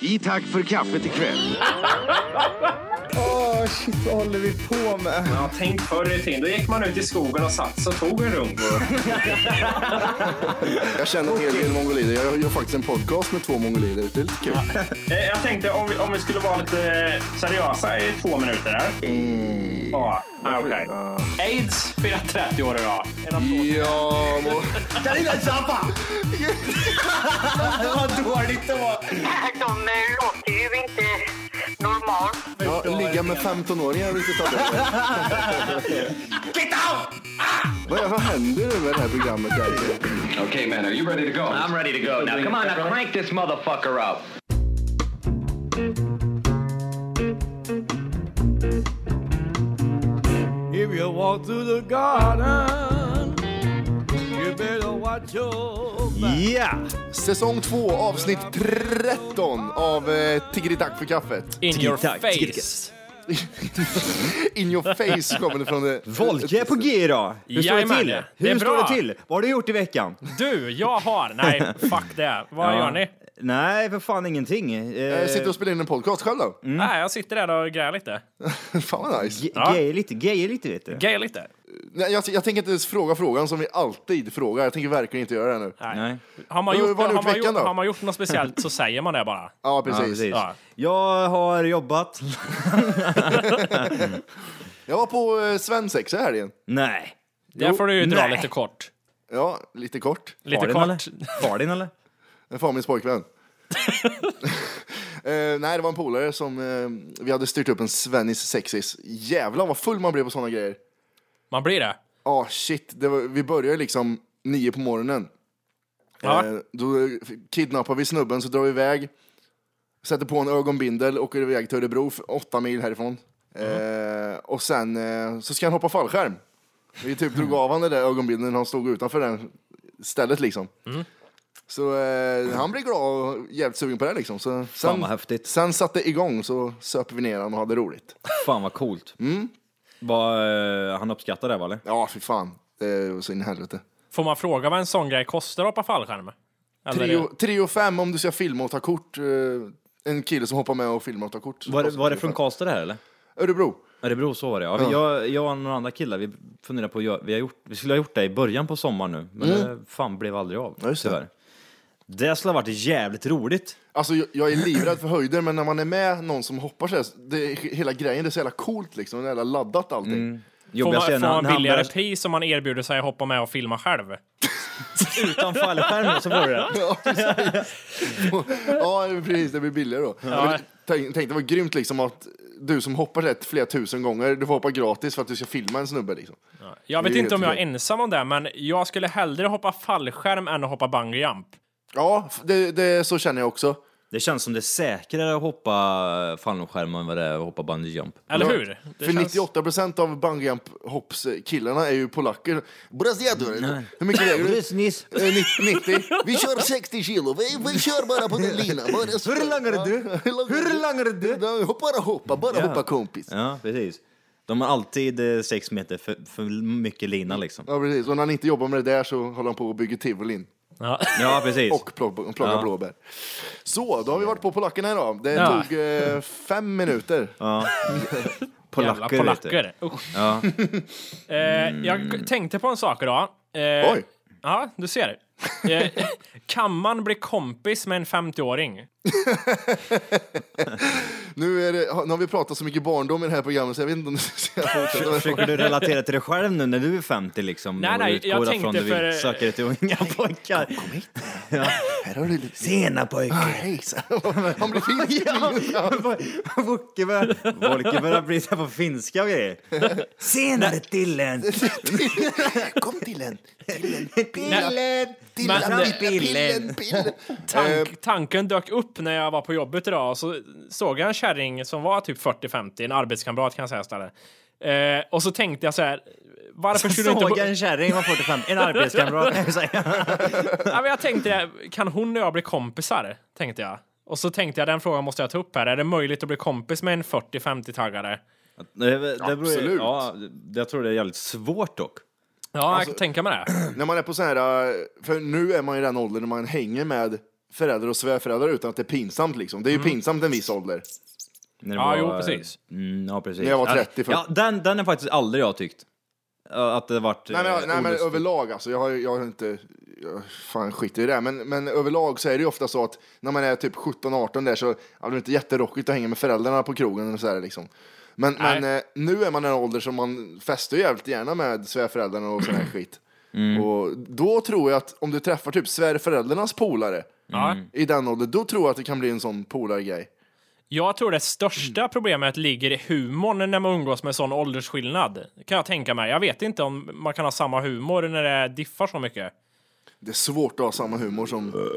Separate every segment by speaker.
Speaker 1: I tack för kaffet ikväll.
Speaker 2: Ah,
Speaker 3: Åh, shit, vad håller vi på med?
Speaker 4: Ja, tänk förr i tiden. Då gick man ut i skogen och satt sig och tog en Rungo.
Speaker 2: Jag känner en hel del mongolider. Jag gör faktiskt en podcast med två mongolider. Det är lite kul.
Speaker 4: Eh, Jag tänkte om vi, om vi skulle vara lite eh, seriösa i två minuter här. Ja, ah, okej. Aids firar 30 år idag. En av två.
Speaker 2: Ja, må...
Speaker 3: Carina Zappa! Vad dåligt det var!
Speaker 5: De eh, låter ju inte normalt.
Speaker 2: ja, ligga med 15-åringar är riktigt aldrig.
Speaker 3: Get out!
Speaker 2: Vad, är- vad händer nu med det här programmet? egentligen?
Speaker 6: Okay, man, are you ready to go?
Speaker 7: I'm ready to go now. Come on, now crank this motherfucker up.
Speaker 8: If you walk through the garden, you better watch your back.
Speaker 3: Yeah!
Speaker 2: Säsong 2, avsnitt 13 av eh, Tiggeri Tack för kaffet.
Speaker 9: In your face.
Speaker 2: In your face kommer det från... eh,
Speaker 3: Volke är på G idag. Hur står det
Speaker 9: Jajamän,
Speaker 3: till?
Speaker 9: det är
Speaker 3: Hur står
Speaker 9: bra.
Speaker 3: det till? Vad har du gjort i veckan?
Speaker 9: Du, jag har... Nej, fuck det. Vad
Speaker 3: Ja.
Speaker 9: gör ni?
Speaker 3: Nej, för fan ingenting. Eh,
Speaker 2: Jag sitter och spelar in en podcast själv då.
Speaker 9: Nej, jag sitter där och grejar lite.
Speaker 3: Mm.
Speaker 2: Fan vad nice.
Speaker 3: ge- Gejer lite, gejer lite vet du.
Speaker 9: Grejar lite.
Speaker 2: Nej, jag, jag tänker inte ens fråga frågan som vi alltid frågar. Jag tänker verkligen inte göra det nu.
Speaker 3: Nej.
Speaker 9: Har man
Speaker 2: Vad- vad
Speaker 9: gjort,
Speaker 2: har
Speaker 9: har
Speaker 2: du
Speaker 9: man
Speaker 2: gjort veckan
Speaker 9: gjort,
Speaker 2: då?
Speaker 9: har man gjort något speciellt så säger man det bara.
Speaker 2: Ja,
Speaker 3: Ja,
Speaker 2: precis.
Speaker 3: precis.
Speaker 9: Ja.
Speaker 3: Jag har jobbat.
Speaker 2: Jag var på eh, svensexa här igen.
Speaker 3: Nej.
Speaker 9: Där får du ju dra
Speaker 3: nej.
Speaker 9: lite kort.
Speaker 2: Ja, lite kort.
Speaker 9: Lite
Speaker 3: Har den,
Speaker 9: kort.
Speaker 3: eller? Har den eller?
Speaker 2: En Famins pojkvän. Eh, nej, det var en polare som eh, vi hade styrt upp en Svennis sexis. Jävlar vad full man blev på såna grejer.
Speaker 9: Man blir det.
Speaker 2: Ja, shit. Det var, vi började liksom nio på morgonen.
Speaker 9: Ja.
Speaker 2: Eh, då kidnappar vi snubben, så drar vi iväg. Sätter på en ögonbindel, åker iväg till Örebro, f- åtta mil härifrån. Eh, och sen eh, så ska han hoppa fallskärm. Vi typ drog av han den där ögonbindeln, han stod utanför det stället liksom. Så eh, han blev glad och jävligt sugen på det liksom. Så, sen,
Speaker 3: vad häftigt.
Speaker 2: sen satte det igång så söp vi ner han och hade roligt.
Speaker 3: Fan vad coolt. Vad, eh, han uppskattar det va eller?
Speaker 2: Ja, fy fan. Det var så in i helvete.
Speaker 9: Får man fråga vad en sån grej kostar att hoppa fallskärm?
Speaker 3: Alltså,
Speaker 9: Eller
Speaker 2: Trio, trio fem om du ska filma och ta kort. eh, En kille som hoppar med och filmar och tar kort. Alltså,
Speaker 3: Var, det- var det från Karlstad det här eller?
Speaker 2: Örebro.
Speaker 3: Örebro så var det ja. Vi- Jag, jag och några andra killar, vi funderar på att göra, vi, har gjort, vi skulle ha gjort det i början på sommaren nu, men det fan blev aldrig av
Speaker 2: Mm. Ja, just det.
Speaker 3: tyvärr. Det skulle ha varit jävligt roligt.
Speaker 2: Alltså jag, jag är livrädd för höjder men när man är med någon som hoppar så här, det är, hela grejen det är så jävla coolt liksom, det är jävla laddat allting.
Speaker 3: Mm.
Speaker 9: Får man,
Speaker 3: Jobbigast
Speaker 9: får
Speaker 3: är när
Speaker 9: man
Speaker 3: han
Speaker 9: billigare
Speaker 3: hamnar
Speaker 9: pris om man erbjuder sig att hoppa med och filma själv?
Speaker 3: utan fallskärm så var det
Speaker 2: Ja, precis. ja, precis, det blir billigare då. Men Tänk, tänk det var grymt liksom att du som hoppar rätt flera tusen gånger, du får hoppa gratis för att du ska filma en snubbe liksom.
Speaker 9: Jag
Speaker 2: Det är
Speaker 9: vet
Speaker 2: ju
Speaker 9: inte om jag är
Speaker 2: helt
Speaker 9: ensam om det, men jag skulle hellre hoppa fallskärm än att hoppa bungee jump.
Speaker 2: Ja, f- det, det, så känner jag också.
Speaker 3: Det känns som det är säkrare att hoppa fallskärm än vad det är att hoppa bungee jump.
Speaker 9: Eller
Speaker 2: Ja.
Speaker 9: hur? Det
Speaker 2: För
Speaker 9: känns-
Speaker 2: 98 procent av bungyjump-hoppskillarna är ju polacker. Brasiador, hur mycket väger du?
Speaker 3: Rysnis!
Speaker 2: Eh, nitt- 90. Vi kör 60 kilo. Vi, vi kör bara på den linan. Hur
Speaker 3: lång är du?
Speaker 2: Hur lång är du? Bara hoppa, bara hoppa kompis.
Speaker 3: Ja, precis. De har alltid eh, sex meter för, för mycket lina liksom.
Speaker 2: Ja precis, och när han inte jobbar med det där så håller han på och bygger tivolin
Speaker 9: Ja.
Speaker 3: Ja, precis.
Speaker 2: och plock- plockar blåbär. Så, då har vi varit på polackerna idag. Det
Speaker 9: Ja.
Speaker 2: tog eh, fem minuter.
Speaker 9: Jävla
Speaker 3: polacker, vet du.
Speaker 9: polacker. Usch. Eh, jag tänkte på en sak idag. Eh,
Speaker 2: Mm. Oj.
Speaker 9: Ja, du ser. Eh, kan man bli kompis med en 50-åring?
Speaker 2: Nu, är det, nu har vi pratat så mycket barndom i det här programmet så jag vet inte om du ska fortsätta.
Speaker 3: Försöker du relatera till dig själv nu när du är 50 liksom?
Speaker 9: Nej,
Speaker 3: och
Speaker 9: nej,
Speaker 3: utgår
Speaker 9: jag
Speaker 3: ifrån
Speaker 9: tänkte
Speaker 3: du vill
Speaker 9: för-
Speaker 3: Söka dig till unga pojkar. Kom hit.
Speaker 2: Här har du lite...
Speaker 3: Tjena pojkar!
Speaker 2: Hejsan. Han blir fin.
Speaker 3: Volke börjar, Volke börjar bli så här på finska och grejer. Senare Tillen!
Speaker 2: Kom till en.
Speaker 3: Tillen!
Speaker 9: Men-
Speaker 3: Fram Pillen!
Speaker 2: Pillen, Eh, pillen.
Speaker 9: Tank, Eh, tanken dök upp när jag var på jobbet idag och så såg jag en kärring som var typ 40-50, en arbetskamrat kan jag säga istället. Eh, och så tänkte jag så här, varför skulle du inte...
Speaker 3: Såg
Speaker 9: bo-
Speaker 3: en kärring, var 45, en arbetskamrat. Nej, så här.
Speaker 9: Ja, men jag tänkte, kan hon och jag bli kompisar? Tänkte jag. Och så tänkte jag, den frågan måste jag ta upp här. Är det möjligt att bli kompis med en 40-50-taggare?
Speaker 3: Det beror-
Speaker 2: Absolut.
Speaker 3: Ja, jag tror det är jävligt svårt dock. Alltså-
Speaker 9: Ja, jag kan tänka mig det.
Speaker 2: När man är på så här, eh, för nu är man i den åldern när man hänger med föräldrar och svärföräldrar utan att det är pinsamt liksom. Det
Speaker 9: Mm.
Speaker 2: är ju pinsamt en viss ålder.
Speaker 3: När
Speaker 9: Ja, jo, precis.
Speaker 3: Mm, ja, precis.
Speaker 2: När jag var 30 för-
Speaker 3: Ja, den, den är faktiskt aldrig jag tyckt. Ö, Att det varit
Speaker 2: Nej men,
Speaker 3: eh,
Speaker 2: nej, men
Speaker 3: olustigt.
Speaker 2: överlag alltså, jag har, jag har inte, jag, fan skit i det men, men överlag så är det ju ofta så att när man är typ 17-18 där så ja, det är inte jätterockigt att hänga med föräldrarna på krogen och så här liksom. Men, men eh, nu är man i en ålder som man festar ju jävligt gärna med svärföräldrarna och sån här skit. Och då tror jag att om du träffar typ svärföräldrarnas polare
Speaker 9: Ja.
Speaker 3: Mm.
Speaker 2: i den åldern, då tror jag att det kan bli en sån polargrej.
Speaker 9: Jag tror det
Speaker 3: Mm.
Speaker 9: största problemet ligger i humorn när man umgås med sån åldersskillnad. Kan jag tänka mig. Jag vet inte om man kan ha samma humor när det diffar så mycket.
Speaker 2: Det är svårt att ha samma humor som,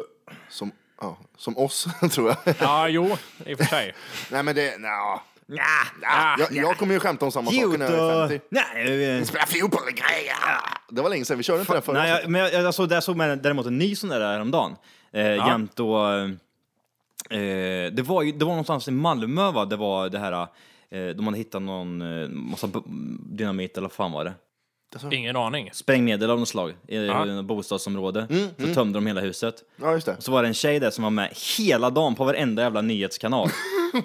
Speaker 2: som, ja, som oss tror jag.
Speaker 9: Ja, jo, i och för sig.
Speaker 2: Nej men det, nja. ah,
Speaker 3: Nja,
Speaker 2: Jag, jag kommer ju skämta om samma saker när jag är
Speaker 3: Cute
Speaker 2: 50.
Speaker 3: och... Nej, eh,
Speaker 2: Spela fotbollsgrejer! Det var länge sedan, vi körde inte det förra
Speaker 3: Nej,
Speaker 2: avsnittet.
Speaker 3: jag, men jag, jag såg, där såg man däremot en ny sån där häromdagen. Eh, Jämt då... Eh, det, var ju, det var någonstans i Malmö va, det var det här... Eh, de hade hittat någon eh, massa b- dynamit eller vad fan var det?
Speaker 9: Ingen aning.
Speaker 3: Sprängmedel av något slag i
Speaker 9: Ja.
Speaker 3: ett bostadsområde. så tömde de hela huset.
Speaker 2: Ja, just det.
Speaker 3: Och så var det en tjej där som var med hela dagen på varenda jävla nyhetskanal.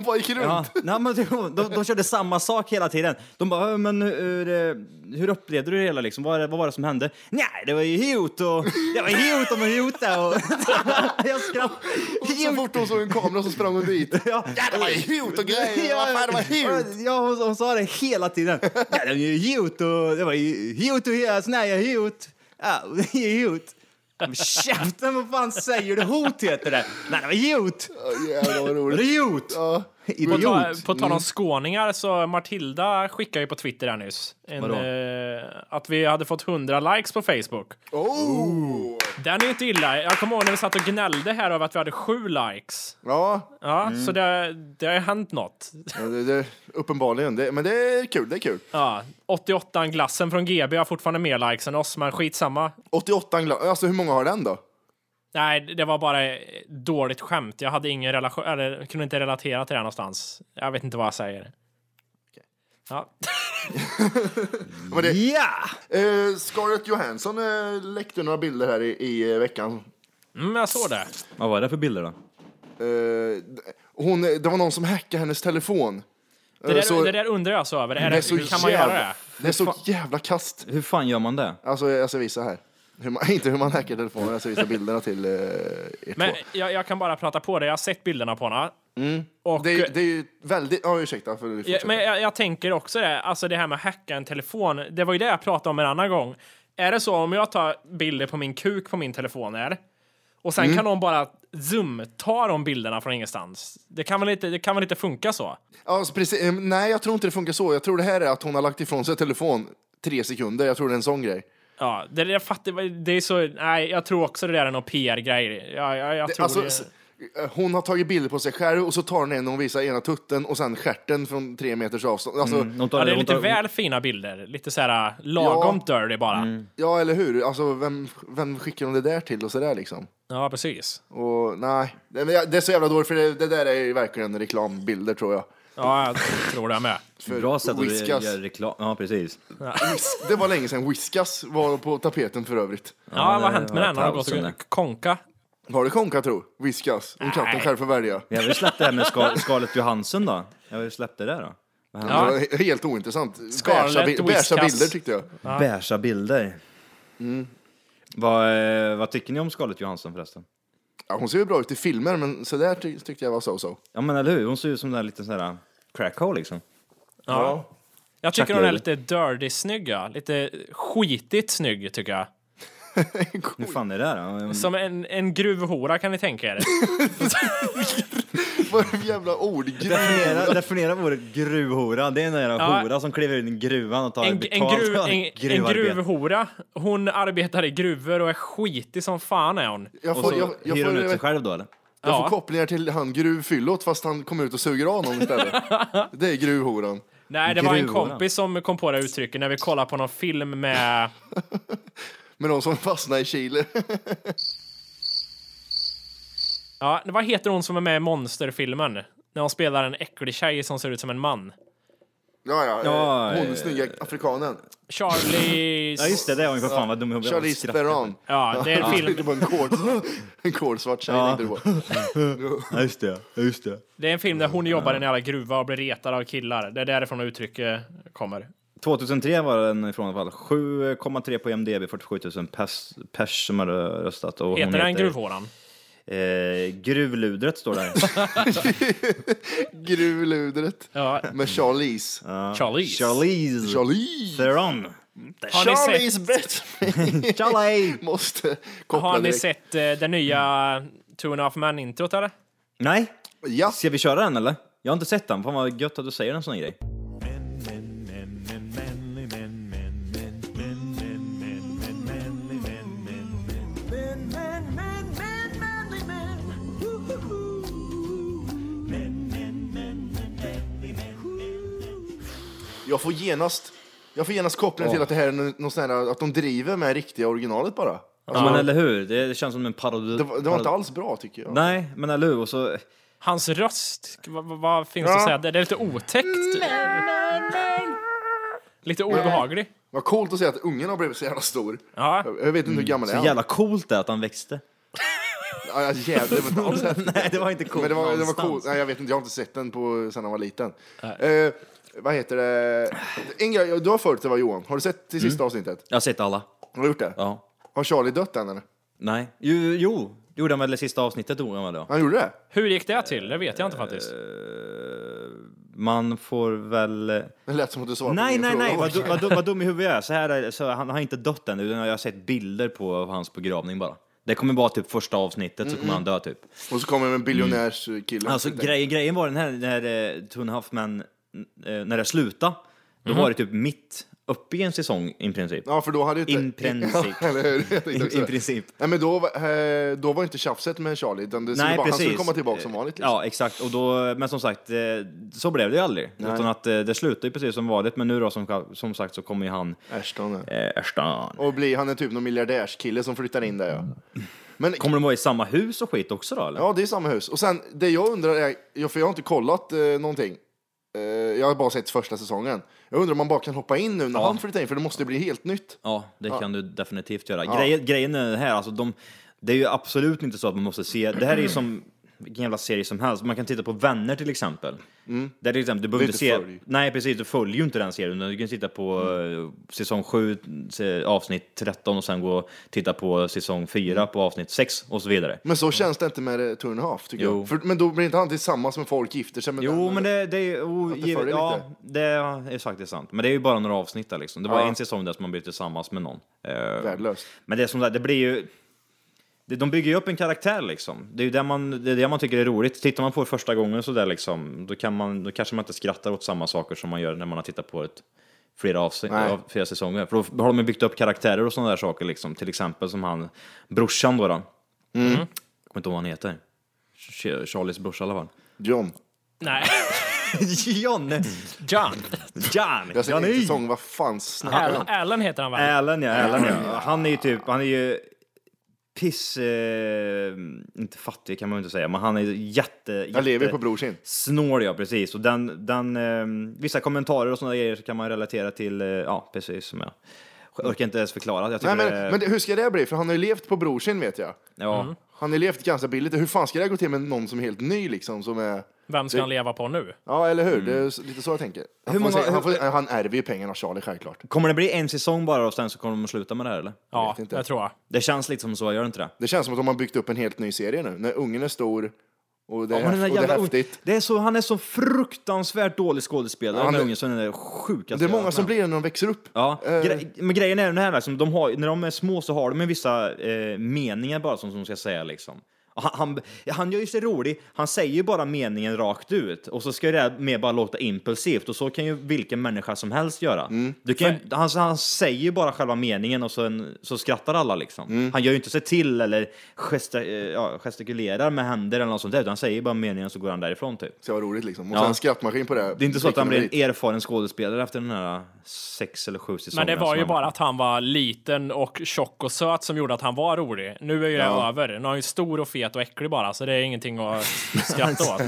Speaker 2: Vad gick runt?
Speaker 3: Ja, nej, men de, de, de körde samma sak hela tiden. De bara, "Äh, men hur, eh, hur upplevde du det hela liksom? Vad, vad var det som hände? Nej, det var ju hot och det var hot och med hot där och... Jag skrattade.
Speaker 2: Så fort hon såg en kamera så sprang hon dit.
Speaker 3: Ja.
Speaker 2: Ja, det var ju hot och grejer! Vad fan, det var hot!
Speaker 3: Ja, hon, hon sa det hela tiden. Ja, det var ju hot och det var ju hot och hela snäja hot. Ja, det är ju hot. Men Käften, vad fan säger du? Hot heter det. Nej, det var hot.
Speaker 2: Ja, Jävlar vad roligt.
Speaker 3: Idiot!
Speaker 2: Ja.
Speaker 9: På, ta,
Speaker 3: Idiot! Mm.
Speaker 9: på tal om skåningar så Matilda skickade ju på Twitter här nyss en,
Speaker 3: Vadå?
Speaker 9: eh, att vi hade fått 100 likes på Facebook.
Speaker 2: Oh.
Speaker 9: Den är ju inte illa. Jag kommer ihåg när vi satt och gnällde här över att vi hade sju likes.
Speaker 2: Ja,
Speaker 9: Ja,
Speaker 3: Mm.
Speaker 9: så det, det har ju hänt något.
Speaker 2: ja, det, det, uppenbarligen. Det, men det är kul, det är kul.
Speaker 9: Ja, 88 glassen från GB har fortfarande mer likes än oss, men skitsamma.
Speaker 2: 88 glas, alltså hur många har den då?
Speaker 9: Nej, det var bara eh, dåligt skämt. Jag hade ingen relation, eller kunde inte relatera till det här någonstans. Jag vet inte vad jag säger. Ja.
Speaker 2: Men det,
Speaker 3: Ja!
Speaker 2: eh, Scarlett Johansson eh, läckte några bilder här i, i eh, veckan.
Speaker 9: Mm, jag såg det.
Speaker 3: Vad var det för bilder då?
Speaker 2: Eh, hon, det var någon som hackade hennes telefon.
Speaker 9: Det där,
Speaker 2: Eh, så-
Speaker 9: det där undrar jag så över. Är
Speaker 2: Det är
Speaker 9: det,
Speaker 2: så
Speaker 9: hur kan man
Speaker 2: jävla,
Speaker 9: göra det?
Speaker 2: det? är så jävla kast.
Speaker 3: Hur fan gör man det?
Speaker 2: Alltså, jag ska visa här. Hur man, inte hur man hackar telefonen, jag ska visa bilderna till eh, er
Speaker 9: Men
Speaker 2: två.
Speaker 9: jag, jag kan bara prata på det. Jag har sett bilderna på henne. Och,
Speaker 2: Mm.
Speaker 9: eh,
Speaker 2: Det är, det är ju väldigt... Ja, ursäkta. För
Speaker 9: Ja,
Speaker 2: fortsätt.
Speaker 9: men jag, jag tänker också det, alltså det här med att hacka en telefon. Det var ju det jag pratade om en annan gång. Är det så om jag tar bilder på min kuk på min telefon här och
Speaker 2: Mm.
Speaker 9: sen kan någon bara zoom ta de bilderna från ingenstans. Det kan väl inte, det kan väl inte funka så?
Speaker 2: alltså, precis, eh, nej, jag tror inte det funkar så. Jag tror det här är att hon har lagt ifrån sig telefon tre sekunder. Jag tror det är en sån grej.
Speaker 9: Ja, det, jag fattar, det är så, nej, jag tror också det där är någon PR-grej. Jag, jag, jag tror
Speaker 2: Alltså,
Speaker 9: det,
Speaker 2: s- eh, hon har tagit bilder på sig själv och så tar hon en och visar ena tutten och sen stjärten från tre meters avstånd. Alltså,
Speaker 3: De tar,
Speaker 9: ja, det är
Speaker 3: de
Speaker 9: lite
Speaker 3: tar,
Speaker 9: väl fina bilder. Lite så här äh, lagom dirty bara.
Speaker 3: Mm.
Speaker 2: Ja, eller hur? Alltså, vem, vem skickar hon det där till och sådär liksom?
Speaker 9: Ja, precis.
Speaker 2: Och nej, det, men jag- det är så jävla dåligt för det, det där är ju verkligen reklambilder tror jag.
Speaker 9: Ja, jag tror det med.
Speaker 2: För
Speaker 3: Bra sätt att
Speaker 2: Whiskas.
Speaker 3: göra reklam. Ja, precis.
Speaker 2: Det var länge sedan Whiskas var på tapeten för övrigt.
Speaker 9: Ja, vad
Speaker 3: det
Speaker 9: har hänt med
Speaker 3: har
Speaker 9: den? Har du gått
Speaker 3: pausen
Speaker 9: och konka?
Speaker 2: Har du konka tro? Whiskas? Om katten själv får välja.
Speaker 3: Jag vill släppa det här med Scar- Scarlett Johansson då. Jag vill släppa det där då.
Speaker 9: Ja.
Speaker 2: Det var he- helt ointressant.
Speaker 9: Scarlett
Speaker 2: Beiga bi- beiga
Speaker 9: Whiskas.
Speaker 2: bilder tyckte jag.
Speaker 3: Beiga bilder.
Speaker 2: Mm.
Speaker 3: Vad, eh, vad tycker ni om Scarlett Johansson förresten?
Speaker 2: Ja, hon ser ju bra ut i filmer, men så där ty- tyckte jag var so-so.
Speaker 3: Ja men eller hur, hon ser ut som den där liten sån där crackhole uh, liksom.
Speaker 9: Ja. Jag tycker
Speaker 3: Chuck
Speaker 9: hon är
Speaker 3: Norris.
Speaker 9: lite dirty snygg, ja. lite skitigt snygg tycker
Speaker 3: Mm.
Speaker 9: jag.
Speaker 3: Hur fan är det här då?
Speaker 9: Som en, en gruvhora kan ni tänka er.
Speaker 2: Vad är det för jävla ordgrej?
Speaker 3: Definiera, definiera ordet gruvhora. Det är en där
Speaker 9: Ja.
Speaker 3: hora som kliver in i gruvan och tar
Speaker 9: En, en,
Speaker 3: betalt
Speaker 9: gruv,
Speaker 3: av
Speaker 9: en, en
Speaker 3: gruvarbete.
Speaker 9: gruvhora, hon arbetar i gruvor och är skitig som fan är hon.
Speaker 2: Jag
Speaker 3: Och
Speaker 2: får,
Speaker 3: så
Speaker 2: jag, jag,
Speaker 3: hyr
Speaker 2: får,
Speaker 3: hon ut sig
Speaker 2: jag,
Speaker 3: själv då eller?
Speaker 2: får
Speaker 9: Ja.
Speaker 2: kopplingar till han gruvfyllot fast han kommer ut och suger av någon istället. det är gruvhoran.
Speaker 9: Nej, det var en
Speaker 3: gruvhora.
Speaker 9: kompis som kom på det uttrycket när vi kollade på någon film med...
Speaker 2: Med de som fastnar i Chile.
Speaker 9: Ja, vad heter hon som är med i monsterfilmen? När hon spelar en äcklig tjej som ser ut som en man.
Speaker 2: Ja, ja.
Speaker 3: Ja,
Speaker 2: eh, hon
Speaker 3: eh,
Speaker 2: snygga afrikanen.
Speaker 9: Charlie...
Speaker 3: Ja just det, det var ju för fan vad dum jag blev.
Speaker 2: Charlize
Speaker 3: Skrattade.
Speaker 2: Theron.
Speaker 9: Ja, det är en
Speaker 2: Han
Speaker 9: film.
Speaker 2: sitter på en kol, en kolsvart tjej.
Speaker 3: Ja.
Speaker 2: tänkte du på.
Speaker 3: Ja just det, ja, just det.
Speaker 9: Det är en film där hon jobbar i en jävla gruva och blir retad av killar. Det är därifrån uttrycket kommer.
Speaker 3: 2003 var den ifrån i alla fall. 7,3 på IMDB, 47 000 pers, pers som hade röstat. Och hon
Speaker 9: Heter den Gruvhåran?
Speaker 3: Eh, gruvludret står där.
Speaker 2: Gruvludret.
Speaker 9: Ja,
Speaker 2: Med Charlize.
Speaker 9: Charlize.
Speaker 3: Charlize
Speaker 2: Charlize!
Speaker 3: Theron.
Speaker 9: Har ni
Speaker 2: Charlize
Speaker 9: sett-
Speaker 2: Brett!
Speaker 3: Charlie!
Speaker 2: Måste koppla
Speaker 9: Har ni
Speaker 2: direkt.
Speaker 9: sett eh, den nya Two and a half man-introt eller?
Speaker 3: Nej,
Speaker 2: Ja,
Speaker 3: ska vi köra den eller? Jag har inte sett den, fan vad gött att du säger en sån grej.
Speaker 2: jag får genast, jag får genast kopplingen till att det här är nå- någon sån här, att de driver med riktiga originalet bara.
Speaker 3: Ja, men eller hur, det, det känns som en parodi.
Speaker 2: Det var, det var inte alls bra tycker jag.
Speaker 3: Nej, men eller hur, och så...
Speaker 9: Hans röst, vad, vad- vad finns det att säga? Det det är lite otäckt. Lite obehaglig.
Speaker 2: Vad coolt att se att ungen har blivit så jävla stor.
Speaker 9: Ja.
Speaker 2: Jag jag vet inte hur gammal
Speaker 3: Mm. Så
Speaker 2: är han.
Speaker 3: jävla coolt det är att han växte.
Speaker 2: Ja, ja, jävlar, det var inte alls häftigt.
Speaker 3: Nej, det var inte coolt
Speaker 2: Men det var, det var
Speaker 3: någonstans.
Speaker 2: coolt. Nej, jag vet inte, jag har inte sett den på, sen han var liten. Eh, vad heter det? En grej, du har följt det var Johan. Har du sett till
Speaker 3: Mm.
Speaker 2: sista avsnittet?
Speaker 3: Jag har sett alla.
Speaker 2: Har du gjort det?
Speaker 3: Ja.
Speaker 2: Har Charlie dött än eller?
Speaker 3: Nej. Jo, jo. gjorde han väl i sista avsnittet, dog han väl då?
Speaker 2: Han gjorde det?
Speaker 9: Hur gick det till? Det vet jag inte faktiskt.
Speaker 3: Eh, Man får väl... eh,
Speaker 2: Det lät som att du svarade
Speaker 3: Nej,
Speaker 2: på min fråga.
Speaker 3: nej, nej, vad, du- vad, du- vad dum i huvudet jag är. Så här är det. så han har inte dött än, utan jag har sett bilder på hans begravning bara. Det kommer vara typ första avsnittet så kommer han dö typ.
Speaker 2: Och så kommer en eh, biljonärskille.
Speaker 3: Alltså grej, grejen var den här när eh, Two and a Half Men, eh, när det slutade, då var det typ mitt uppe i en säsong i princip.
Speaker 2: Mm-hmm. Ja, för då hade inte...
Speaker 3: In princip.
Speaker 2: Ja, eller hur? Jag tänkte också
Speaker 3: I, I
Speaker 2: det.
Speaker 3: princip.
Speaker 2: Nej, men då, var- eh, då var inte tjafset med Charlie, utan det skulle
Speaker 3: Nej,
Speaker 2: bara, han
Speaker 3: precis.
Speaker 2: skulle komma tillbaka som vanligt. Liksom.
Speaker 3: Ja, exakt. Och då, men som sagt, eh, så blev det ju aldrig. Utan att eh, det slutade ju precis som vanligt, men nu då som, som sagt så kommer ju han,
Speaker 2: Ashton. ja.
Speaker 3: eh, Ashton.
Speaker 2: Och blir han är typ någon miljardärskille som flyttar in där, ja. Men,
Speaker 3: Kommer de vara i samma hus och skit också då eller?
Speaker 2: ja, det är samma hus. Och sen, det jag undrar är, ja, för jag har inte kollat eh, någonting. Eh, jag har bara sett första säsongen. Jag undrar om man bara kan hoppa in nu när han flyttar in, för det måste bli helt nytt.
Speaker 3: Ja, det kan du definitivt göra. Grejen, grejen är den här, alltså de, det är ju absolut inte så att man måste se, det här är ju som vilken jävla serie som helst. Man kan titta på Vänner till exempel. Där till exempel, du
Speaker 2: Mm.
Speaker 3: behöver
Speaker 2: Det är
Speaker 3: inte se,
Speaker 2: inte följ.
Speaker 3: nej precis, du följer ju inte den serien. utan Du kan titta på eh, säsong 7, se- avsnitt 13 och sen gå och titta på säsong 4 på avsnitt 6 och så vidare.
Speaker 2: Men så känns det inte med eh, Two and a half, tycker
Speaker 3: Jo.
Speaker 2: jag. För, men då blir inte han tillsammans med folk, gifter sig med
Speaker 3: Jo,
Speaker 2: den.
Speaker 3: men det, det är ju... Oh,
Speaker 2: det
Speaker 3: givet-
Speaker 2: följer
Speaker 3: ja,
Speaker 2: lite.
Speaker 3: det är faktiskt sant. Men det är ju bara några avsnitt där liksom. Det var
Speaker 2: Ja.
Speaker 3: en säsong där som man blev tillsammans med någon. Eh,
Speaker 2: Värdelöst.
Speaker 3: Men det är som sagt, det blir ju... det- De bygger ju upp en karaktär liksom. Det är ju det man, det, är det man tycker är roligt. Tittar man på det första gången så där liksom, då, kan man, då kanske man inte skrattar åt samma saker som man gör när man har tittat på ett flera avsnitt,
Speaker 2: Nej.
Speaker 3: av flera säsonger. För då har de ju byggt upp karaktärer och sådana där saker liksom. Till exempel som han, brorsan då. då. Mm. Kommer inte ihåg vad han heter. Ch- Charlies brorsa i alla fall.
Speaker 2: John.
Speaker 9: Nej.
Speaker 3: John!
Speaker 9: John.
Speaker 3: John!
Speaker 2: Jag har sett en
Speaker 3: Johnny!
Speaker 2: säsong, vad fan snackar du om?
Speaker 9: Alan, Alan heter han va?
Speaker 3: Alan ja, Alan ja. Han är ju typ, han är ju piss... Eh, inte fattig kan man ju inte säga, men han är jätte...
Speaker 2: Jag lever ju
Speaker 3: jätte-
Speaker 2: på brorsin.
Speaker 3: Snål ja, precis. Och den, den, eh, vissa kommentarer och sådana grejer så kan man relatera till, eh, ja precis som jag. Jag orkar inte ens förklara. Jag
Speaker 2: Mm. Nej,
Speaker 3: tycker
Speaker 2: men, men det, hur ska det bli? För han har ju levt på brorsin vet jag.
Speaker 3: ja.
Speaker 2: Han har levt ganska billigt. Hur fan ska det gå till med någon som är helt ny liksom? Som är...
Speaker 9: Vem ska han leva på nu?
Speaker 2: Ja, eller hur? Det är s- lite så jag tänker. Han,
Speaker 3: Mm. Hur
Speaker 2: får
Speaker 3: många-
Speaker 2: säga, han,
Speaker 3: hur-
Speaker 2: får, han ärver ju pengarna av Charlie självklart.
Speaker 3: Kommer det bli en säsong bara och sen så kommer de att sluta med det här eller?
Speaker 9: Ja,
Speaker 2: vet inte.
Speaker 9: det tror jag.
Speaker 3: Det känns lite som så, gör det inte det?
Speaker 2: Det känns som att de har byggt upp en helt ny serie nu. När ungen är stor och det är,
Speaker 3: Ja, men den där
Speaker 2: häft- och det
Speaker 3: jävla
Speaker 2: är
Speaker 3: ungen-
Speaker 2: häftigt.
Speaker 3: det är så, han är så fruktansvärt dålig skådespelare,
Speaker 2: Ja,
Speaker 3: han
Speaker 2: han
Speaker 3: den
Speaker 2: är-
Speaker 3: ungen, så den är sjukaste
Speaker 2: Det är
Speaker 3: jag har
Speaker 2: många
Speaker 3: varit
Speaker 2: som
Speaker 3: med om.
Speaker 2: blir det när de växer upp.
Speaker 3: Ja,
Speaker 2: Eh.
Speaker 3: gre- men grejen är den här, liksom, de har, när de är små så har de ju vissa eh, meningar bara som de ska säga liksom. Och Han, han, han gör ju sig rolig, han säger ju bara meningen rakt ut och så ska det här med bara låta impulsivt och så kan ju vilken människa som helst göra. Du kan, ju- han, han säger ju bara själva meningen och sen, så skrattar alla liksom. Han gör ju inte sig till eller gesta, eh, ja, gestikulerar med händer eller något sånt där utan han säger bara meningen och så går han därifrån typ.
Speaker 2: Så var roligt liksom. Och
Speaker 3: Ja.
Speaker 2: sen skrattmaskin på det.
Speaker 3: Det är inte så att han blir en erfaren skådespelare efter den här sex eller sju säsongerna.
Speaker 9: Men det var
Speaker 3: som
Speaker 9: ju
Speaker 3: han-
Speaker 9: bara att han var liten och tjock och söt som gjorde att han var rolig. Nu är ju det över. Nu är han ju stor och fet och äcklig bara, så det är ingenting att skratta åt.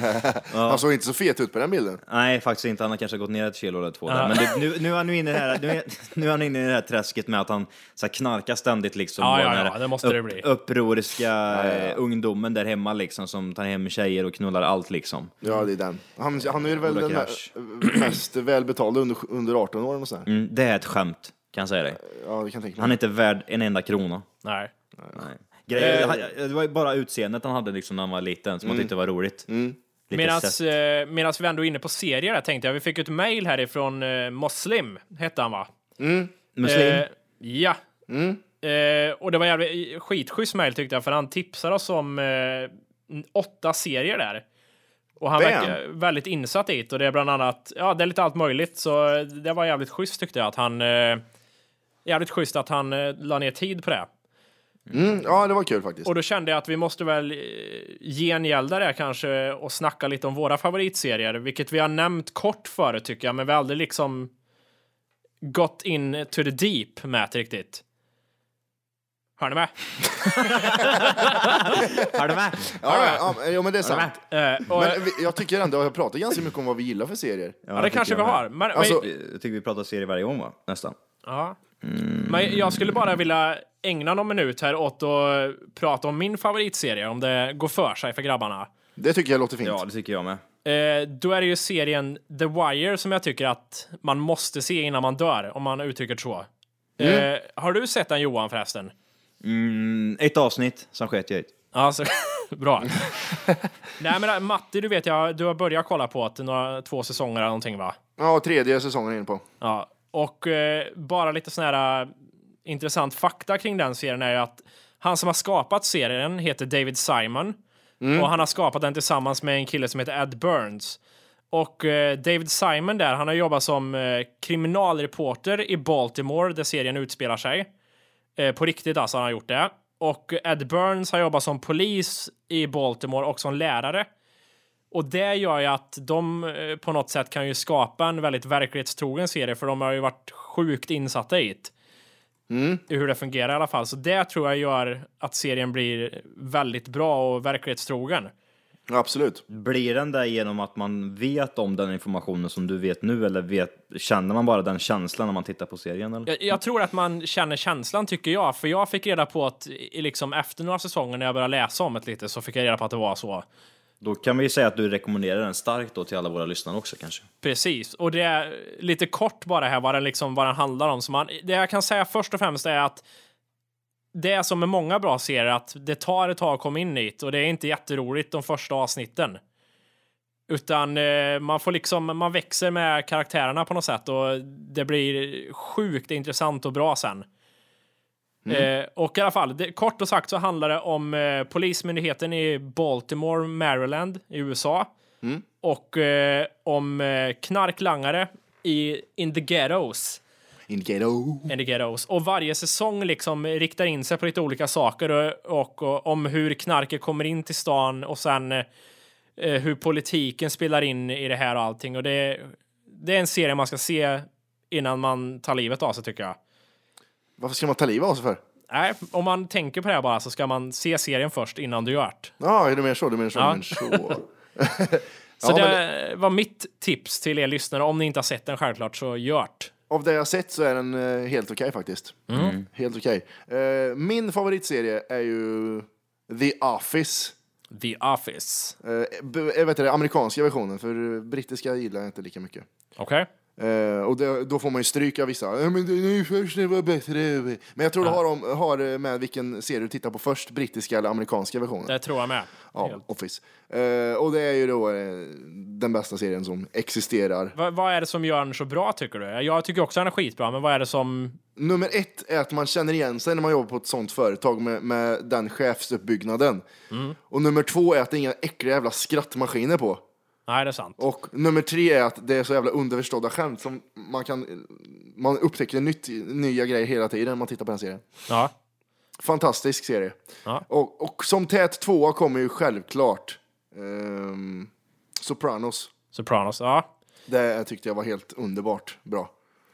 Speaker 2: Han såg inte så fet ut på den bilden.
Speaker 3: Nej, faktiskt inte. Han har kanske gått ner ett kilo eller två. Där. Men det, nu, nu, är han ju inne i det här, nu, är, nu är han inne i det här träsket med att han så här, knarkar ständigt. Liksom,
Speaker 9: Ja,
Speaker 3: och
Speaker 9: ja,
Speaker 3: den här
Speaker 9: ja, det måste det bli.
Speaker 3: Upproriska eh, ungdomen där hemma liksom, som tar hem tjejer och knullar allt. Liksom.
Speaker 2: Ja, det är den. Han, han är ju väl
Speaker 3: Ola
Speaker 2: den
Speaker 3: Crash.
Speaker 2: me- mest välbetalda under, under 18 år. Och sådär.
Speaker 3: Mm, det är ett skämt, kan jag säga dig.
Speaker 2: Ja, det kan jag tänka
Speaker 3: Han är
Speaker 2: mig.
Speaker 3: inte värd en enda krona.
Speaker 9: Nej.
Speaker 3: Nej.
Speaker 9: Eh.
Speaker 3: Grejer, han- eh, det var ju bara utseendet han hade liksom, när han var liten som han tyckte var roligt.
Speaker 2: Mm.
Speaker 3: Lite
Speaker 9: Medans,
Speaker 3: sött.
Speaker 9: eh, medans vi ändå är inne på serier där tänkte jag, vi fick ett mejl härifrån eh, Muslim, hette han va?
Speaker 2: Mm.
Speaker 3: Muslim.
Speaker 9: Eh, ja. Eh, och det var jävligt skitschysst mejl tyckte jag, för han tipsar oss om eh, åtta serier där. Och han
Speaker 2: Bam.
Speaker 9: verkar väldigt insatt i det, och det är bland annat, ja det är lite allt möjligt, så det var jävligt schysst tyckte jag att han, eh, jävligt schysst att han eh, la ner tid på det.
Speaker 2: Mm, ja, det var kul faktiskt.
Speaker 9: Och då kände jag att vi måste väl eh, gengälda det här kanske och snacka lite om våra favoritserier, vilket vi har nämnt kort förut tycker jag, men vi har aldrig liksom gått in to the deep med det riktigt. Hör ni med?
Speaker 3: Har du med?
Speaker 2: Ja, ja, ja, men det är sant.
Speaker 9: Eh, och,
Speaker 2: Men vi- jag tycker ändå att jag pratar ganska mycket om vad vi gillar för serier.
Speaker 9: ja, det kanske vi har. Men,
Speaker 2: Alltså-
Speaker 9: men,
Speaker 3: Jag tycker vi pratar serie varje gång, va? Nästan.
Speaker 9: ja. men jag skulle bara vilja ägna någon minut här åt att prata om min favoritserie, om det går för sig för grabbarna.
Speaker 2: Det tycker jag låter fint.
Speaker 3: Ja, det tycker jag med.
Speaker 9: Eh, då är det ju serien The Wire som jag tycker att man måste se innan man dör, om man uttrycker det så. Eh, har du sett den Johan förresten?
Speaker 3: Mm, ett avsnitt, sen sket jag i det.
Speaker 9: Alltså, bra. Nej men eh, Matti, du vet jag, du har börjat kolla på att några, två säsonger eller någonting va?
Speaker 2: Ja, tredje säsongen är inne på.
Speaker 9: Ja. Och eh, bara lite sån här eh, intressant fakta kring den serien är ju att han som har skapat serien heter David Simon och han har skapat den tillsammans med en kille som heter Ed Burns. Och eh, David Simon där, han har jobbat som eh, kriminalreporter i Baltimore där serien utspelar sig. Eh, på riktigt alltså, han har gjort det. Och Ed Burns har jobbat som polis i Baltimore och som lärare. Och det gör ju att de eh, på något sätt kan ju skapa en väldigt verklighetstrogen serie, för de har ju varit sjukt insatta i det. I hur det fungerar i alla fall. Så det tror jag gör att serien blir väldigt bra och verklighetstrogen.
Speaker 2: Ja, absolut.
Speaker 3: Blir den där genom att man vet om den informationen som du vet nu eller vet, känner man bara den känslan när man tittar på serien? Eller?
Speaker 9: Jag, jag tror att man känner känslan, tycker jag. För jag fick reda på att i- liksom, efter några säsonger, när jag började läsa om det lite, så fick jag reda på att det var så.
Speaker 3: Då kan vi ju säga att du rekommenderar den starkt då till alla våra lyssnare också kanske.
Speaker 9: Precis, och det är lite kort bara här vad den, liksom, vad den handlar om. Så man, det jag kan säga först och främst är att det är som med många bra serier, att det tar ett tag att komma in i det och det är inte jätteroligt de första avsnitten. Utan eh, man får liksom, man växer med karaktärerna på något sätt och det blir sjukt intressant och bra sen. Eh, och i alla fall, det, kort och sagt så handlar det om eh, polismyndigheten i Baltimore, Maryland i USA och eh, om eh, knarklangare i In the Ghettos.
Speaker 2: Indicato.
Speaker 9: In the ghettos. Och varje säsong liksom riktar in sig på lite olika saker och, och, och om hur knarket kommer in till stan och sen eh, hur politiken spelar in i det här och allting. Och det, det är en serie man ska se innan man tar livet av sig tycker jag.
Speaker 2: Varför ska man ta livet av sig för?
Speaker 9: Nej, om man tänker på det här bara så ska man se serien först innan du gör det.
Speaker 2: Ja, är du mer så? Du menar så?
Speaker 9: Ja.
Speaker 2: Men så.
Speaker 9: Så
Speaker 2: Ja,
Speaker 9: det,
Speaker 2: men
Speaker 9: var mitt tips till er lyssnare. Om ni inte har sett den självklart så gör det.
Speaker 2: Av det jag sett så är den eh, helt okej faktiskt.
Speaker 9: Mm.
Speaker 2: Helt okej. Eh, min favoritserie är ju The Office.
Speaker 9: The Office.
Speaker 2: Eh, b- jag vet inte, amerikanska versionen, för brittiska gillar jag inte lika mycket.
Speaker 9: Okej?
Speaker 2: Eh, och det, då får man ju stryka vissa. "Ja, Men det är ju först det var bättre. Men jag tror det har, om, har eh, med vilken serie du tittar på först, brittiska eller amerikanska versionen.
Speaker 9: Det tror jag med.
Speaker 2: Ja, Office. Eh, och det är ju då eh, den bästa serien som existerar.
Speaker 9: Va, vad är det som gör den så bra tycker du? Jag tycker också att den är skitbra, men vad är det som...
Speaker 2: Nummer ett är att man känner igen sig när man jobbar på ett sånt företag med, med den chefsuppbyggnaden. Och nummer två är att det är inga äckliga jävla skrattmaskiner på.
Speaker 9: Nej, det är sant.
Speaker 2: Och nummer tre är att det är så jävla underförstådda skämt som man kan... Man upptäcker nytt, nya grejer hela tiden när man tittar på den serien.
Speaker 9: Ja.
Speaker 2: Fantastisk serie.
Speaker 9: Ja.
Speaker 2: Och, och som tät tvåa kommer ju självklart ehm, Sopranos.
Speaker 9: Sopranos, ja.
Speaker 2: Det tyckte jag var helt underbart bra.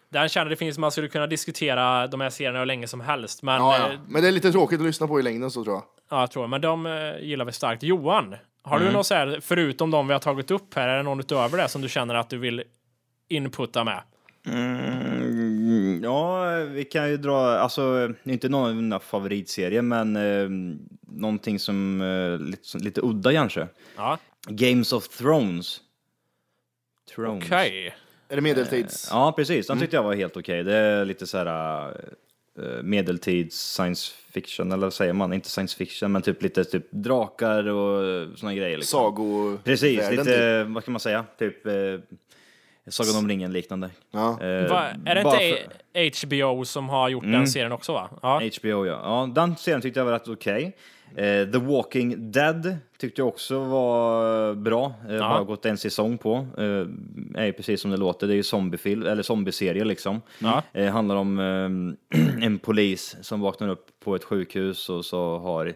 Speaker 9: Den känner det finns, man skulle kunna diskutera de här serierna hur länge som helst, men...
Speaker 2: Ja, ja.
Speaker 9: eh,
Speaker 2: Men det är lite tråkigt att lyssna på i längden så tror jag.
Speaker 9: Ja, jag tror Men de eh, gillar vi starkt. Johan, har du något så här, förutom de vi har tagit upp här, är det någon utöver det som du känner att du vill inputta med?
Speaker 3: Mm, ja, vi kan ju dra, alltså inte någon av mina favoritserier, men eh, någonting som eh, lite, som- lite udda kanske.
Speaker 9: Ja,
Speaker 3: Games of Thrones. Thrones.
Speaker 9: okej.
Speaker 2: Är det medeltids?
Speaker 3: Ja, precis.
Speaker 2: Mm.
Speaker 3: Den tyckte jag var helt okej. Det är lite så här eh, medeltids science fiction, eller vad säger man? Inte science fiction, men typ lite typ drakar och såna grejer. Liksom.
Speaker 2: Sago...
Speaker 3: Precis,
Speaker 2: världen, typ.
Speaker 3: lite, vad kan man säga? Typ eh, Sagan om ringen-liknande.
Speaker 2: Ja.
Speaker 3: Eh,
Speaker 9: Va, är det
Speaker 3: bara
Speaker 9: inte
Speaker 3: för-
Speaker 9: A- HBO som har gjort den serien också? va? Ja.
Speaker 3: HBO ja. ja. Den serien tyckte jag var rätt okej. Eh, The Walking Dead tyckte jag också var bra. Eh, Har gått en säsong på. Eh, är ju precis som det låter, det är ju zombiefilm, eller zombieserie liksom.
Speaker 9: Ja.
Speaker 3: Eh, handlar om eh, en polis som vaknar upp på ett sjukhus och så har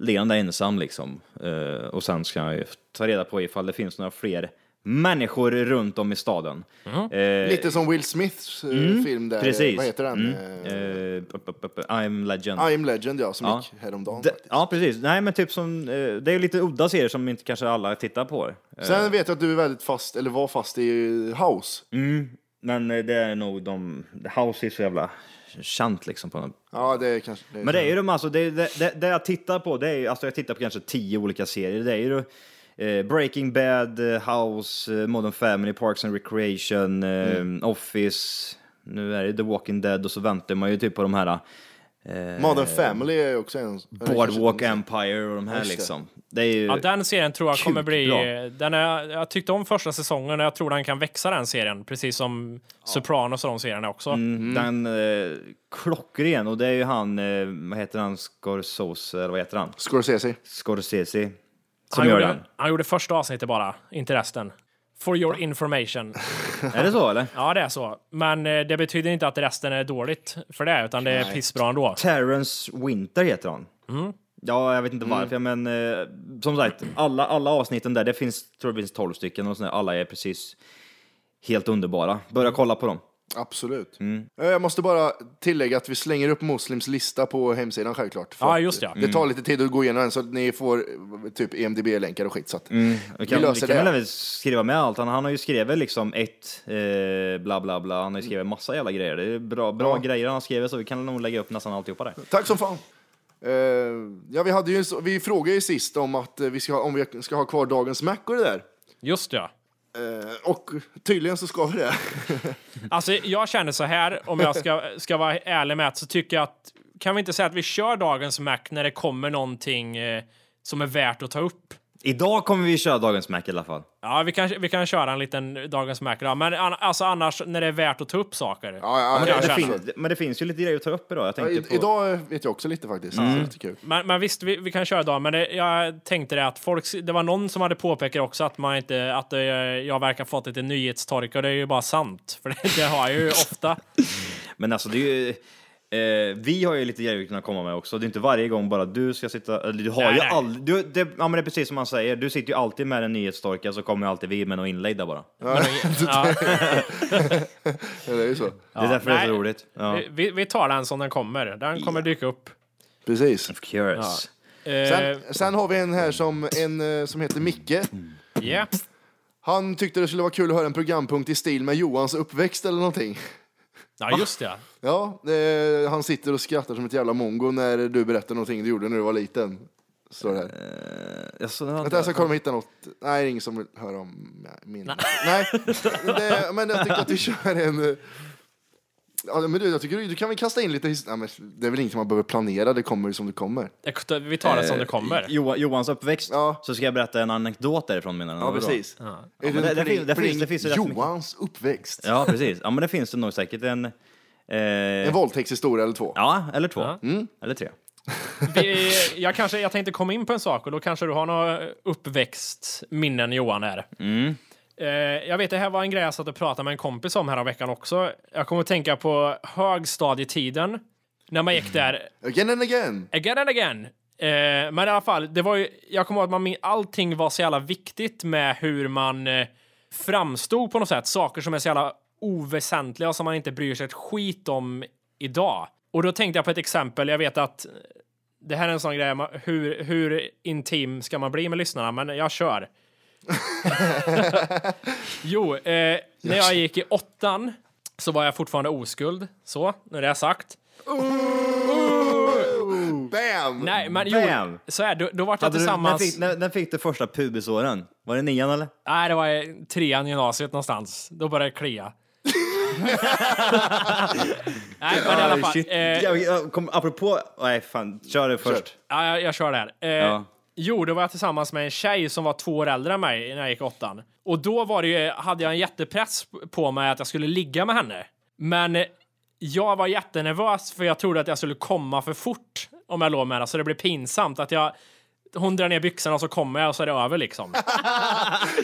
Speaker 3: leende ensam liksom. Eh, och sen ska jag ju ta reda på ifall det finns några fler människor runt om i staden.
Speaker 9: Mm.
Speaker 3: Eh, mm,
Speaker 2: Lite som Will Smiths eh, film där. eh,
Speaker 3: Precis.
Speaker 2: Vad heter den?
Speaker 3: Mm.
Speaker 2: Eh,
Speaker 3: Eh, p- p- p- I'm legend.
Speaker 2: I am legend, ja, som gick häromdagen.
Speaker 3: Det-
Speaker 2: faktiskt.
Speaker 3: ja, precis. Nej, men typ som, eh, det är ju lite udda serier som inte kanske alla tittar på. Eh, Mm.
Speaker 2: Sen vet jag att du är väldigt fast, eller var fast i eh, House.
Speaker 3: Men eh, det är nog de, House är så jävla känt liksom. På något.
Speaker 2: Ja, det är kanske... Det är
Speaker 3: Men det är ju de alltså, det, det, det, det jag tittar på, det är ju, alltså jag tittar på kanske tio olika serier. Det är ju eh, Breaking Bad, eh, House, eh, Modern Family, Parks and Recreation, eh,
Speaker 2: Mm.
Speaker 3: Office, nu är det The Walking Dead och så väntar man ju typ på de här eh,
Speaker 2: Modern Family är också en... eller
Speaker 3: Boardwalk
Speaker 2: kanske-
Speaker 3: Empire och de här
Speaker 2: Just det.
Speaker 3: liksom. Det är ju...
Speaker 9: Ja, den serien tror jag kommer
Speaker 3: Sjukt
Speaker 9: bli...
Speaker 3: bra.
Speaker 9: Den är, jag tyckte om första säsongen och jag tror den kan växa den serien, precis som Sopranos och de serierna också.
Speaker 3: Mm. Den eh, klockren och det är ju han, eh, vad heter han, Scorsese, eller vad heter han?
Speaker 2: Scorsese.
Speaker 3: Scorsese. Som
Speaker 9: Han,
Speaker 3: gör
Speaker 9: gjorde,
Speaker 3: den.
Speaker 9: han gjorde första avsnittet bara, inte resten. For your information.
Speaker 3: Är det så eller?
Speaker 9: Ja, det är så. Men eh, det betyder inte att resten är dåligt för det, utan det är pissbra ändå.
Speaker 3: Terrence Winter heter han.
Speaker 2: Mm.
Speaker 3: Ja, jag vet inte varför, men eh, som sagt, alla, alla avsnitten där, det finns, tror det finns 12 stycken och sådär, alla är precis helt underbara. Börja kolla på dem.
Speaker 2: Absolut.
Speaker 3: Mm.
Speaker 2: Eh, Jag måste bara tillägga att vi slänger upp Muslims lista på hemsidan självklart. För
Speaker 9: Ja, just ja.
Speaker 3: Mm.
Speaker 2: Det tar lite tid att gå igenom den, så att ni får eh, typ EMDB-länkar och skit. Så att
Speaker 3: Vi Mm, kan,
Speaker 2: Vi
Speaker 3: vi
Speaker 2: löser
Speaker 3: kan
Speaker 2: det.
Speaker 3: väl även skriva med allt. Han, han har ju skrivit liksom ett eh, bla bla bla. Han har ju skrivit
Speaker 2: Mm.
Speaker 3: massa jävla grejer. Det är bra, bra grejer han har skrivit så vi kan nog lägga upp nästan alltihopa där.
Speaker 2: Tack som fan. Eh, ja, vi, hade ju, en så- vi frågade ju sist om, att eh, vi ska, om vi ska ha kvar dagens Mac och det där.
Speaker 9: Just ja.
Speaker 2: Eh, och tydligen så ska vi det.
Speaker 9: Alltså, jag känner så här, om jag ska, ska vara ärlig med att så tycker jag att kan vi inte säga att vi kör dagens Mac när det kommer någonting eh, som är värt att ta upp?
Speaker 3: Idag kommer vi köra dagens Mac i alla fall.
Speaker 9: Ja, vi kan, vi kan köra en liten dagens Mac idag, men an, alltså annars när det är värt att ta upp saker.
Speaker 2: ja,
Speaker 3: Men
Speaker 9: det
Speaker 3: det, det
Speaker 9: känner
Speaker 3: finns, men det finns ju lite grejer att ta upp idag. Jag tänkte
Speaker 2: I,
Speaker 3: på...
Speaker 2: idag eh, vet jag också lite faktiskt.
Speaker 3: Mm.
Speaker 2: Så det är lite kul.
Speaker 9: Men, men visst, vi, vi kan köra idag, men det, jag tänkte det att folk, det var någon som hade påpekat också att man inte, att eh, jag verkar fått lite nyhetstorka och det är ju bara sant, för det, det har jag ju ofta.
Speaker 3: Men alltså det är ju... Eh, vi har ju lite grejer vi kan komma med också. Det är inte varje gång bara du ska sitta... Eller du har
Speaker 9: Nej,
Speaker 3: ju
Speaker 9: nej.
Speaker 3: aldrig... Du, det, ja men det är precis som man säger, du sitter ju alltid med en nyhetstorka så kommer ju alltid vi med något inlägg där bara.
Speaker 2: Ja, Det är ju så.
Speaker 3: det är därför det är så
Speaker 9: nej.
Speaker 3: roligt. Ja.
Speaker 9: Vi- Vi, vi tar den som den kommer, den kommer dyka upp.
Speaker 2: Precis.
Speaker 3: Of course.
Speaker 9: Eh,
Speaker 2: Sen, sen har vi en här som, en, eh, som heter Micke.
Speaker 9: yeah.
Speaker 2: Han tyckte det skulle vara kul att höra en programpunkt i stil med Johans uppväxt eller någonting.
Speaker 9: Ja, just det.
Speaker 2: Ja, eh, han sitter och skrattar som ett jävla mongo när du berättar någonting du gjorde när du var liten. Står det
Speaker 3: Eh,
Speaker 2: här.
Speaker 3: Alltså,
Speaker 2: Vänta, jag ska kolla om jag hittar något. Nej, det är ingen som vill höra om nej, min. Nej, det, men jag tycker att vi kör en... eh, Ja, men du, jag tycker du, du kan väl kasta in lite his- nej, men Det är väl inget man behöver planera, det kommer ju som det kommer.
Speaker 9: Det- Vi tar
Speaker 2: Eh,
Speaker 9: den som det kommer.
Speaker 3: Eh, Johan, Johans uppväxt,
Speaker 2: Ja.
Speaker 3: så ska jag berätta en anekdot därifrån menar du?
Speaker 2: Ja.
Speaker 3: men det- det finns- det finns- det finns ju rätt mycket.
Speaker 2: Johans uppväxt.
Speaker 3: Ja, precis. Ja, men det finns det nog säkert en... Eh,
Speaker 2: En våldtäktshistoria eller två.
Speaker 3: ja, eller två. Mm. Eller tre.
Speaker 9: Vi, jag, kanske, jag tänkte komma in på en sak och då kanske du har några uppväxtminnen Johan här. Eh, jag vet det här var en grej jag satt och pratade med en kompis om här veckan också. Jag kommer att tänka på högstadietiden när man gick där
Speaker 2: Again and again.
Speaker 9: again and again. Eh, men i alla fall, det var ju, jag kommer ihåg att man, min- allting var så jävla viktigt med hur man eh, framstod på något sätt. Saker som är så jävla oväsentliga och som man inte bryr sig ett skit om idag. Och då tänkte jag på ett exempel. Jag vet att det här är en sån grej, man- hur, hur intim ska man bli med lyssnarna? Men jag kör. jo, eh, när jag gick i åttan så var jag fortfarande oskuld. Så, nu är det sagt.
Speaker 2: Bam!
Speaker 9: Nej, men jo,
Speaker 3: Bam!
Speaker 9: så är det, då, då vart jag
Speaker 3: Hade du, när,
Speaker 9: tillsammans...
Speaker 3: fick, när, när fick du första pubisåren? Var det nian eller?
Speaker 9: Nej, det var i trean i gymnasiet någonstans. Då började det klia. nej, men i alla fall. Eh, ja,
Speaker 3: jag, jag kom, apropå... Nej, fan. Kör det först.
Speaker 9: jag, jag kör det här. Eh,
Speaker 3: Ja.
Speaker 9: Jo, då var jag tillsammans med en tjej som var två år äldre än mig när jag gick åttan. Och då var det ju, hade jag en jättepress på mig att jag skulle ligga med henne. Men eh, jag var jättenervös för jag trodde att jag skulle komma för fort om jag låg med henne. Så det blev pinsamt att jag... Hon drar ner byxorna och så kommer jag och så är det över liksom.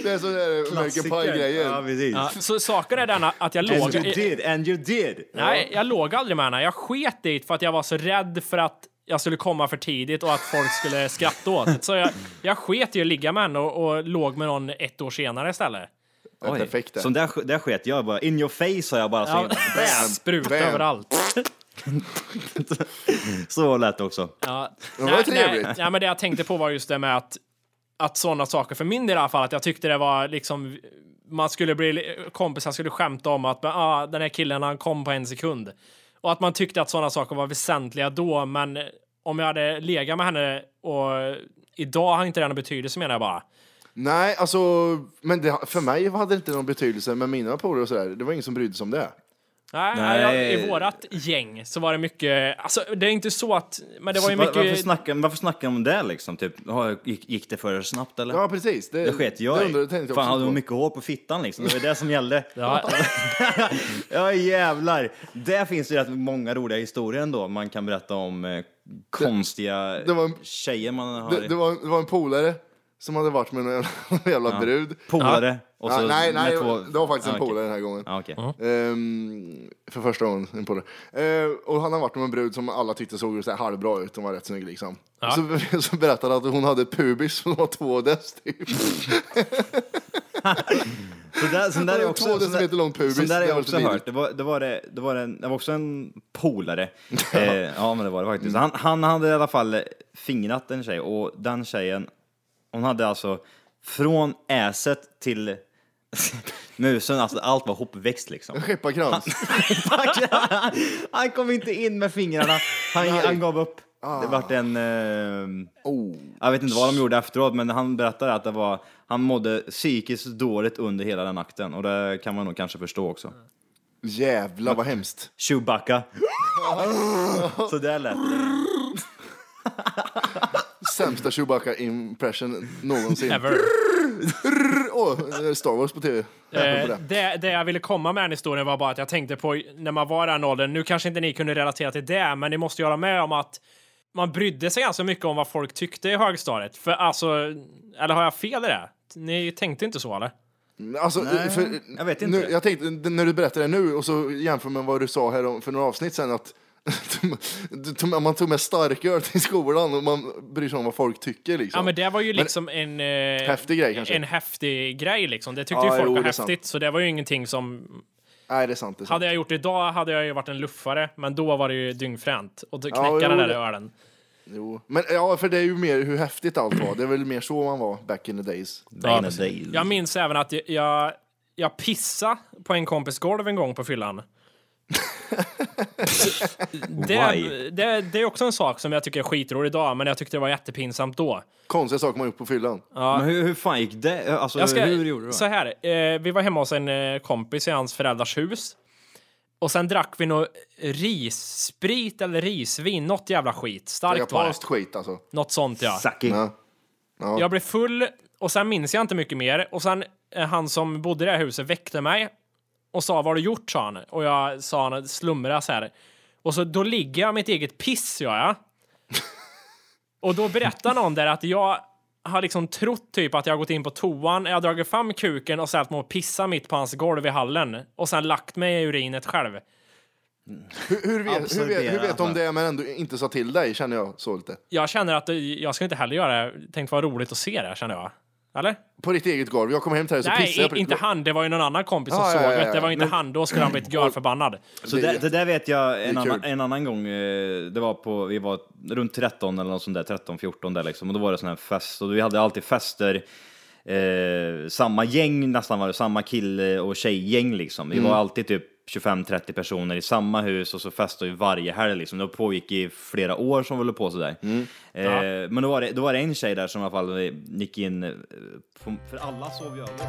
Speaker 2: Det är sådär American
Speaker 3: Ja,
Speaker 2: Pie-grejen.
Speaker 3: precis.
Speaker 9: Ja, Så saken är denna att jag
Speaker 3: And
Speaker 9: låg...
Speaker 3: you did, and you did!
Speaker 9: Nej, jag låg aldrig med henne. Jag sket dit för att jag var så rädd för att jag skulle komma för tidigt och att folk skulle skratta åt det. Så jag, jag sket i att ligga med henne och, och låg med någon ett år senare istället.
Speaker 2: Ja, perfekt det.
Speaker 3: Så där, där sket jag bara. In your face sa jag bara.
Speaker 9: Ja,
Speaker 3: Så,
Speaker 9: sprut
Speaker 2: bam.
Speaker 9: överallt.
Speaker 3: så lät det också.
Speaker 9: Ja.
Speaker 2: var trevligt.
Speaker 9: Nej, nej, men det jag tänkte på var just det med att, att sådana saker, för min del i alla fall, att jag tyckte det var liksom man skulle bli, kompisar skulle skämta om att ah, den här killen han kom på en sekund. Och att man tyckte att sådana saker var väsentliga då, men om jag hade legat med henne och idag har inte det någon betydelse menar jag bara.
Speaker 2: Nej, alltså, men det, för mig hade det inte någon betydelse med mina polare och sådär. Det var ingen som brydde sig om det.
Speaker 9: Nej,
Speaker 3: Nej.
Speaker 9: Jag, i vårat gäng så var det mycket, alltså det är inte så att, men det var ju
Speaker 3: Va- varför,
Speaker 9: mycket,
Speaker 3: snackar, varför snackar de om det liksom? Typ, har- gick, gick det för snabbt eller?
Speaker 2: Ja, precis. Det,
Speaker 3: Det sket jag
Speaker 2: det
Speaker 3: i.
Speaker 2: undrade- tänkte jag
Speaker 3: Fan,
Speaker 2: också
Speaker 3: hade
Speaker 2: på.
Speaker 3: hon mycket hår på fittan liksom? Det var det som gällde.
Speaker 9: ja,
Speaker 3: Ja jävlar! Där finns ju rätt många roliga historier ändå man kan berätta om eh, konstiga
Speaker 2: det var-
Speaker 3: tjejer man har.
Speaker 2: Det, det, var, det var en polare som hade varit med någon jävla, någon jävla brud.
Speaker 3: Polare. Och så
Speaker 2: Ja, nej,
Speaker 3: med
Speaker 2: nej,
Speaker 3: två-
Speaker 2: det var faktiskt
Speaker 3: Ja,
Speaker 2: en
Speaker 3: okej.
Speaker 2: polare den här gången.
Speaker 3: Ja, okej.
Speaker 2: Ehm, för första gången en polare. Ehm, och han har varit med en brud som alla tyckte såg så här halvbra ut, hon var rätt snygg liksom. Så, så berättade han att hon hade pubis som var två dess typ.
Speaker 3: Så där, sån där är
Speaker 2: Två
Speaker 3: också, sån där-
Speaker 2: decimeter lång pubis,
Speaker 3: Sån där har
Speaker 2: det
Speaker 3: jag
Speaker 2: var
Speaker 3: också
Speaker 2: lite
Speaker 3: hört.
Speaker 2: vidrigt.
Speaker 3: Det var, det var, det, det var, en, det var också en polare. eh, ja, men det var det faktiskt. Han, han hade i alla fall fingrat en tjej och den tjejen, hon hade alltså från äset till musen, alltså allt var hopväxt liksom.
Speaker 2: Skepparkrans.
Speaker 3: han kom inte in med fingrarna, han, han gav upp. Det vart en... Eh,
Speaker 2: Oh.
Speaker 3: jag vet inte vad de gjorde efteråt, men han berättade att det var, han mådde psykiskt dåligt under hela den akten och det kan man nog kanske förstå också.
Speaker 2: Jävlar vad hemskt.
Speaker 3: Chewbacca. så där lät det.
Speaker 2: Sämsta Chewbacca-impression någonsin.
Speaker 9: ever.
Speaker 2: Åh, eh, Star Wars på tv. Jag
Speaker 9: Eh,
Speaker 2: på det.
Speaker 9: det, det jag ville komma med den historien var bara att jag tänkte på när man var i den åldern, nu kanske inte ni kunde relatera till det, men ni måste ju hålla med om att man brydde sig ganska mycket om vad folk tyckte i högstadiet. För alltså, eller har jag fel i det? Ni tänkte inte så eller?
Speaker 2: Alltså,
Speaker 3: Nej,
Speaker 2: för,
Speaker 3: jag vet inte.
Speaker 2: Nu, jag tänkte, när du berättar det nu och så jämför med vad du sa här om, för några avsnitt sen att du tog- man tog med starköl till skolan och man bryr sig om vad folk tycker liksom.
Speaker 9: Ja, men det var ju liksom en... Eh,
Speaker 2: Häftig grej, kanske.
Speaker 9: En häftig grej liksom. Det tyckte
Speaker 2: Ja,
Speaker 9: ju folk
Speaker 2: jo,
Speaker 9: var
Speaker 2: det är sant.
Speaker 9: häftigt, så det var ju ingenting som...
Speaker 2: Nej, det är sant. Det är sant.
Speaker 9: Hade jag gjort det idag hade jag ju varit en luffare, men då var det ju dyngfränt. Och knäcka
Speaker 2: jo,
Speaker 9: den där
Speaker 2: det-
Speaker 9: ölen.
Speaker 2: Jo. Men ja, för det är ju mer hur häftigt allt var. Det är väl mer så man var back in the days.
Speaker 9: Ja,
Speaker 3: Back in the
Speaker 9: precis.
Speaker 3: days.
Speaker 9: Jag minns även att jag- jag, jag pissade på en kompis golv en gång på fyllan.
Speaker 3: Why?
Speaker 9: Det, det, det är också en sak som jag tycker är skitrolig idag, men jag tyckte det var jättepinsamt då.
Speaker 2: Konstiga saker man gjort på fyllan.
Speaker 3: Men hur, hur fan gick det? Alltså,
Speaker 9: Jag ska,
Speaker 3: hur gjorde du?
Speaker 9: Så
Speaker 3: då?
Speaker 9: här, eh, vi var hemma hos en eh, kompis i hans föräldrars hus. Och sen drack vi något rissprit eller risvin, något jävla skit. Starkt var det.
Speaker 2: Japanskt skit alltså.
Speaker 9: Något sånt ja.
Speaker 3: Saki.
Speaker 2: Ja.
Speaker 9: Jag blev full och sen minns jag inte mycket mer. Och sen eh, han som bodde i det här huset väckte mig och sa vad har du gjort sa han. Och jag sa han slumra så här. Och så då ligger jag med mitt eget piss gör jag. Och då berättar någon där att jag har liksom trott typ att jag har gått in på toan, jag har dragit fram kuken och sett mig och pissa mitt på hans golv i hallen och sen lagt mig i urinet själv.
Speaker 2: Hur, hur, vet, hur, vet, hur
Speaker 3: Absorbera,
Speaker 2: vet de det men ändå inte sa till dig känner jag så lite.
Speaker 9: Jag känner att eh, jag ska inte heller göra det. Tänkte vara roligt att se det här, känner jag. Eller?
Speaker 2: På ditt eget golv. Jag kom hem till dig så
Speaker 9: Nej,
Speaker 2: pissade jag på
Speaker 9: i-
Speaker 2: ditt
Speaker 9: inte
Speaker 2: golv.
Speaker 9: han. Det var ju någon annan kompis som
Speaker 2: Ja,
Speaker 9: såg
Speaker 2: ja, ja,
Speaker 9: det. Det
Speaker 2: ja.
Speaker 9: var inte han. Då skulle han blivit görförbannad.
Speaker 3: Så det, det där vet jag en
Speaker 2: är
Speaker 3: annan,
Speaker 2: kul.
Speaker 3: en annan gång, eh, det var på, vi var runt 13 eller något sånt där, 13, 14 där liksom, och då var det sån här fest, och vi hade alltid fester, eh, samma gäng nästan var det, samma kille och tjejgäng liksom. Vi var alltid typ 25-30 personer i samma hus och så festade vi varje helg liksom. Det pågick i flera år som vi höll på sådär. Eh, Men då var, det, då var det en tjej där som i alla fall eh, gick in, eh, på, för alla sov ju över också.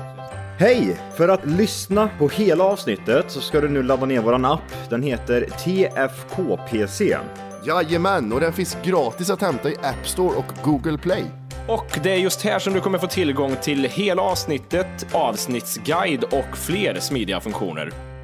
Speaker 3: Hej! För att lyssna på hela avsnittet så ska du nu ladda ner våran app. Den heter TFKPC.
Speaker 2: Jajamän, och den finns gratis att hämta i App Store och Google Play.
Speaker 6: Och det är just här som du kommer få tillgång till hela avsnittet, avsnittsguide och fler smidiga funktioner.